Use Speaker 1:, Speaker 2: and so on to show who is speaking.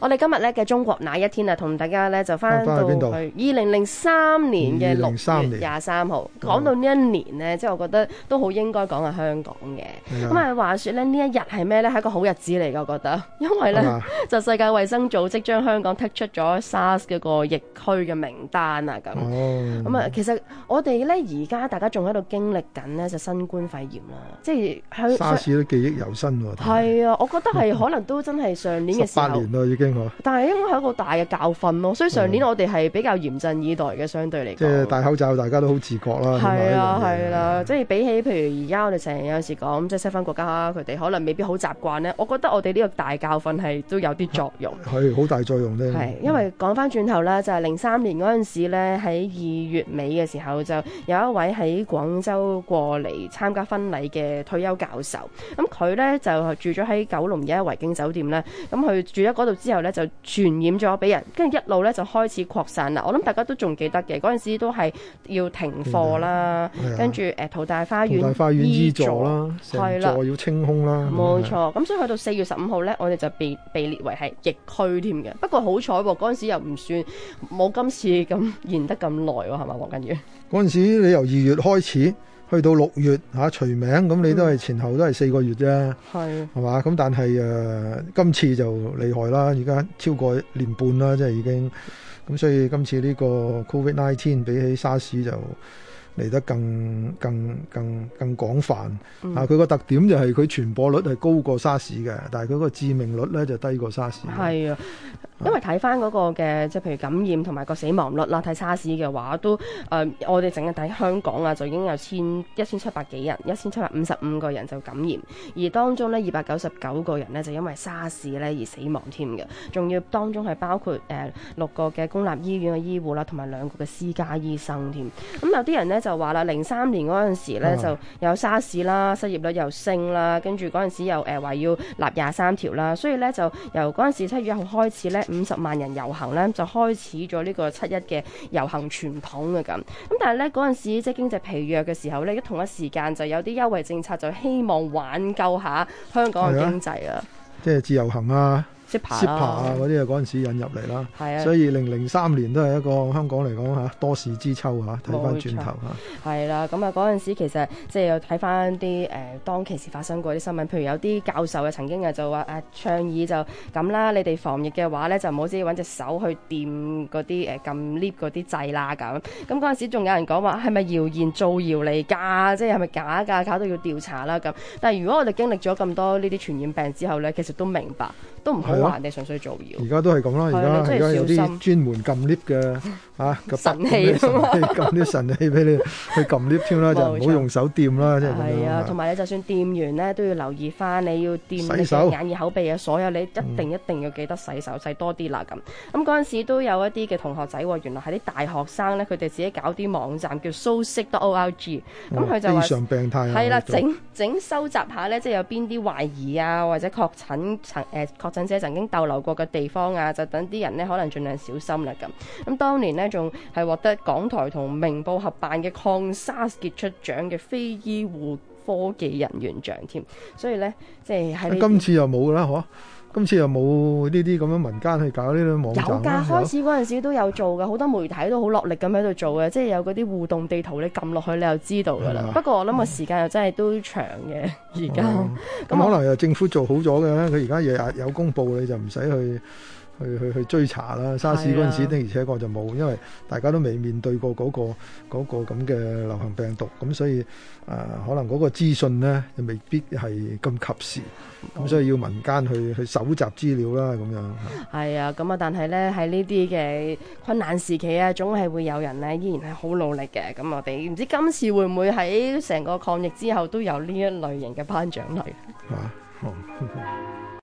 Speaker 1: 我哋今日咧嘅中國那一天啊，同大家咧就翻
Speaker 2: 翻
Speaker 1: 到
Speaker 2: 去邊
Speaker 1: 去
Speaker 2: 度
Speaker 1: 二零零三年嘅六
Speaker 2: 2003
Speaker 1: 月
Speaker 2: 年嗯
Speaker 1: 廿三號。講到呢一年呢，即係我覺得都好應該講係香港嘅。
Speaker 2: 係
Speaker 1: 咁啊，話說咧呢一日係咩呢？係一個好日子嚟嘅，我覺得， 因為
Speaker 2: 係
Speaker 1: 呢，
Speaker 2: 嘛
Speaker 1: 就世界衛生組織將香港剔出咗 SARS 嗰個疫區嘅名單啊，咁。
Speaker 2: 哦，
Speaker 1: 咁啊，其實我哋咧而家大家仲喺度經歷緊咧就新冠肺炎啦，即係
Speaker 2: 沙
Speaker 1: 香
Speaker 2: 士都記憶猶新喎，
Speaker 1: 係啊，我覺得係可能都真係上年嘅
Speaker 2: 十
Speaker 1: 時
Speaker 2: 八
Speaker 1: 候哦
Speaker 2: 年，咯已經嗬，
Speaker 1: 但係應該係一個大嘅教訓咯。所以上年我哋係比較嚴陣以待嘅，相對嚟
Speaker 2: 嗯即係
Speaker 1: 講。
Speaker 2: 戴口罩大家都好自覺啦，
Speaker 1: 係
Speaker 2: 起碼
Speaker 1: 啊，
Speaker 2: 呢樣嘢
Speaker 1: 係啦，即係比起譬如而家我哋成日有時講，即係西方國家佢哋可能未必好習慣咧。我覺得我哋呢個大教訓係都有啲作用。
Speaker 2: 係好大作用咧，
Speaker 1: 係，因為講翻轉頭啦，就係零三年嗰陣時咧，喺二月尾嘅時候，就有一位喺廣州過嚟參加婚禮嘅退休教授，咁佢咧就住咗喺九龍嘅一維京酒店咧，咁佢住咗嗰度之後咧，就傳染咗俾人，跟住一路咧就開始擴散啦。我諗大家都仲記得嘅，嗰陣時都係要停課啦，
Speaker 2: 係啊
Speaker 1: 跟住誒淘大花園、
Speaker 2: 同大花園依座。啦，
Speaker 1: 係
Speaker 2: 成
Speaker 1: 啦
Speaker 2: 座要清空啦，
Speaker 1: 冇錯，咁所以去到四月十五號呢，我哋就被被列為係疫區添嘅。不過好彩喎，嗰陣時又唔算冇今次咁延得咁耐喎，係嘛，黃根宇？
Speaker 2: 嗰陣時你由二月開始去到六月嚇除名，咁你都係前後都係四個月啫，
Speaker 1: 係
Speaker 2: 係嘛？咁但係誒、呃今次就厲害啦，而家超過年半啦，即係已經咁，所以今次呢個 Covid nineteen 比起沙士就嚟得更更更更廣泛。
Speaker 1: 嗯
Speaker 2: 啊，佢個特點就係佢傳播率係高過沙士嘅，但係佢個致命率咧就低過沙士。
Speaker 1: 係啊，因為睇翻嗰個嘅即係譬如感染同埋個死亡率啦，睇沙士嘅話都誒、呃我哋淨係睇香港啊，就已經有千一千七百幾人，一千七百五十五個人就感染，而當中呢，二百九十九個人呢，就因為沙士呢而死亡添嘅，仲要當中係包括誒、呃六個嘅公立醫院嘅醫護啦，同埋兩個嘅私家醫生添。咁有啲人咧就話啦，零三年嗰陣時咧
Speaker 2: 啊
Speaker 1: 就有沙士啦，失業率又升啦，跟住嗰陣時又誒話、要立廿三條啦，所以咧就由嗰陣時七月一號開始咧，五十萬人遊行咧就開始咗呢個七一嘅遊行傳統啊嘅咁。咁但係咧嗰陣時即係經濟疲弱嘅時候咧，一同一時間就有啲優惠政策就希望挽救下香港嘅經濟啊，
Speaker 2: 即係自由行啊、
Speaker 1: 即爬
Speaker 2: s i p 啊
Speaker 1: 啦，
Speaker 2: 嗰啲啊，嗰陣時引入嚟啦。
Speaker 1: 係啊
Speaker 2: 所。以零零三年都係一個香港嚟講嚇多事之秋嚇，睇翻轉頭嚇，
Speaker 1: 係啦，咁啊嗰陣時其實即係有睇翻啲誒當其時發生過啲新聞，譬如有啲教授啊曾經啊就話啊倡議就咁啦，你哋防疫嘅話咧就唔好自己揾隻手去掂嗰啲誒撳 lift 嗰啲掣啦咁。咁嗰陣時仲有人講話係咪謠言造謠嚟㗎？即係係咪假㗎？搞到要調查啦咁。但係如果我哋經歷咗咁多呢啲傳染病之後咧，其實都明白，都唔好
Speaker 2: 係啊
Speaker 1: 話人哋純粹造謠。
Speaker 2: 而家都係咁啦，
Speaker 1: 係
Speaker 2: 而家
Speaker 1: 你真係
Speaker 2: 而家有
Speaker 1: 小心
Speaker 2: 啲專門撳 lift 嘅 嚇個
Speaker 1: 神器啊
Speaker 2: 神器 撳啲神器俾你去撳 lift 添啦，就唔
Speaker 1: 冇錯
Speaker 2: 好用手掂啦，即係咁
Speaker 1: 係
Speaker 2: 樣
Speaker 1: 啊，
Speaker 2: 啊
Speaker 1: 同。埋你就算掂完咧，都要留意翻，你要掂你
Speaker 2: 洗手嗯
Speaker 1: 嘅眼耳口鼻啊，所有你一定一定要記得洗手，洗多啲啦咁。咁嗰陣時都有一啲嘅同學仔喎，原來係啲大學生咧，佢哋自己搞啲網站叫 so sick org，咁佢就
Speaker 2: 非
Speaker 1: 話。
Speaker 2: 常病態啊！
Speaker 1: 係啦，
Speaker 2: 呢種
Speaker 1: 整整收集下咧，即係有邊啲懷疑啊，或者確診曾誒、呃、確診者曾經逗留過嘅地方啊，就等啲人咧可能盡量小心啦咁。咁當年呢，仲係獲得港台同明報合辦嘅抗沙傑出獎嘅非醫護科技人員獎添，所以咧即係喺呢
Speaker 2: 今
Speaker 1: 啲
Speaker 2: 次又冇啦，嗬！今次又冇呢啲咁樣民間去搞呢啲網
Speaker 1: 有
Speaker 2: 站
Speaker 1: 㗎，
Speaker 2: 啦。
Speaker 1: 開始嗰陣時都有做㗎，好多媒體都好落力咁喺度做嘅，即係有嗰啲互動地圖你撳落去你就知道㗎
Speaker 2: 係啊
Speaker 1: 啦
Speaker 2: 嘛。
Speaker 1: 不過我諗個時間又真係都長嘅，而家。
Speaker 2: 哦
Speaker 1: 咁
Speaker 2: 咁
Speaker 1: 我
Speaker 2: 可能又政府做好咗嘅，佢而家日日有公佈，你就唔使去去去去追查
Speaker 1: 啊
Speaker 2: 啦。沙士嗰陣時的而且確就冇，因為大家都未面對過嗰、個嗰、個咁嘅流行病毒，咁所以誒、呃可能嗰個資訊呢，就未必係咁及時，咁所以要民間去去搜集資料啦，咁樣。
Speaker 1: 係啊，咁啊，但係咧喺呢啲嘅困難時期啊，總係會有人咧依然係好努力嘅。咁我哋唔知今次會唔會喺成個抗疫之後都有呢一類型嘅頒獎禮？
Speaker 2: 係嘛？哦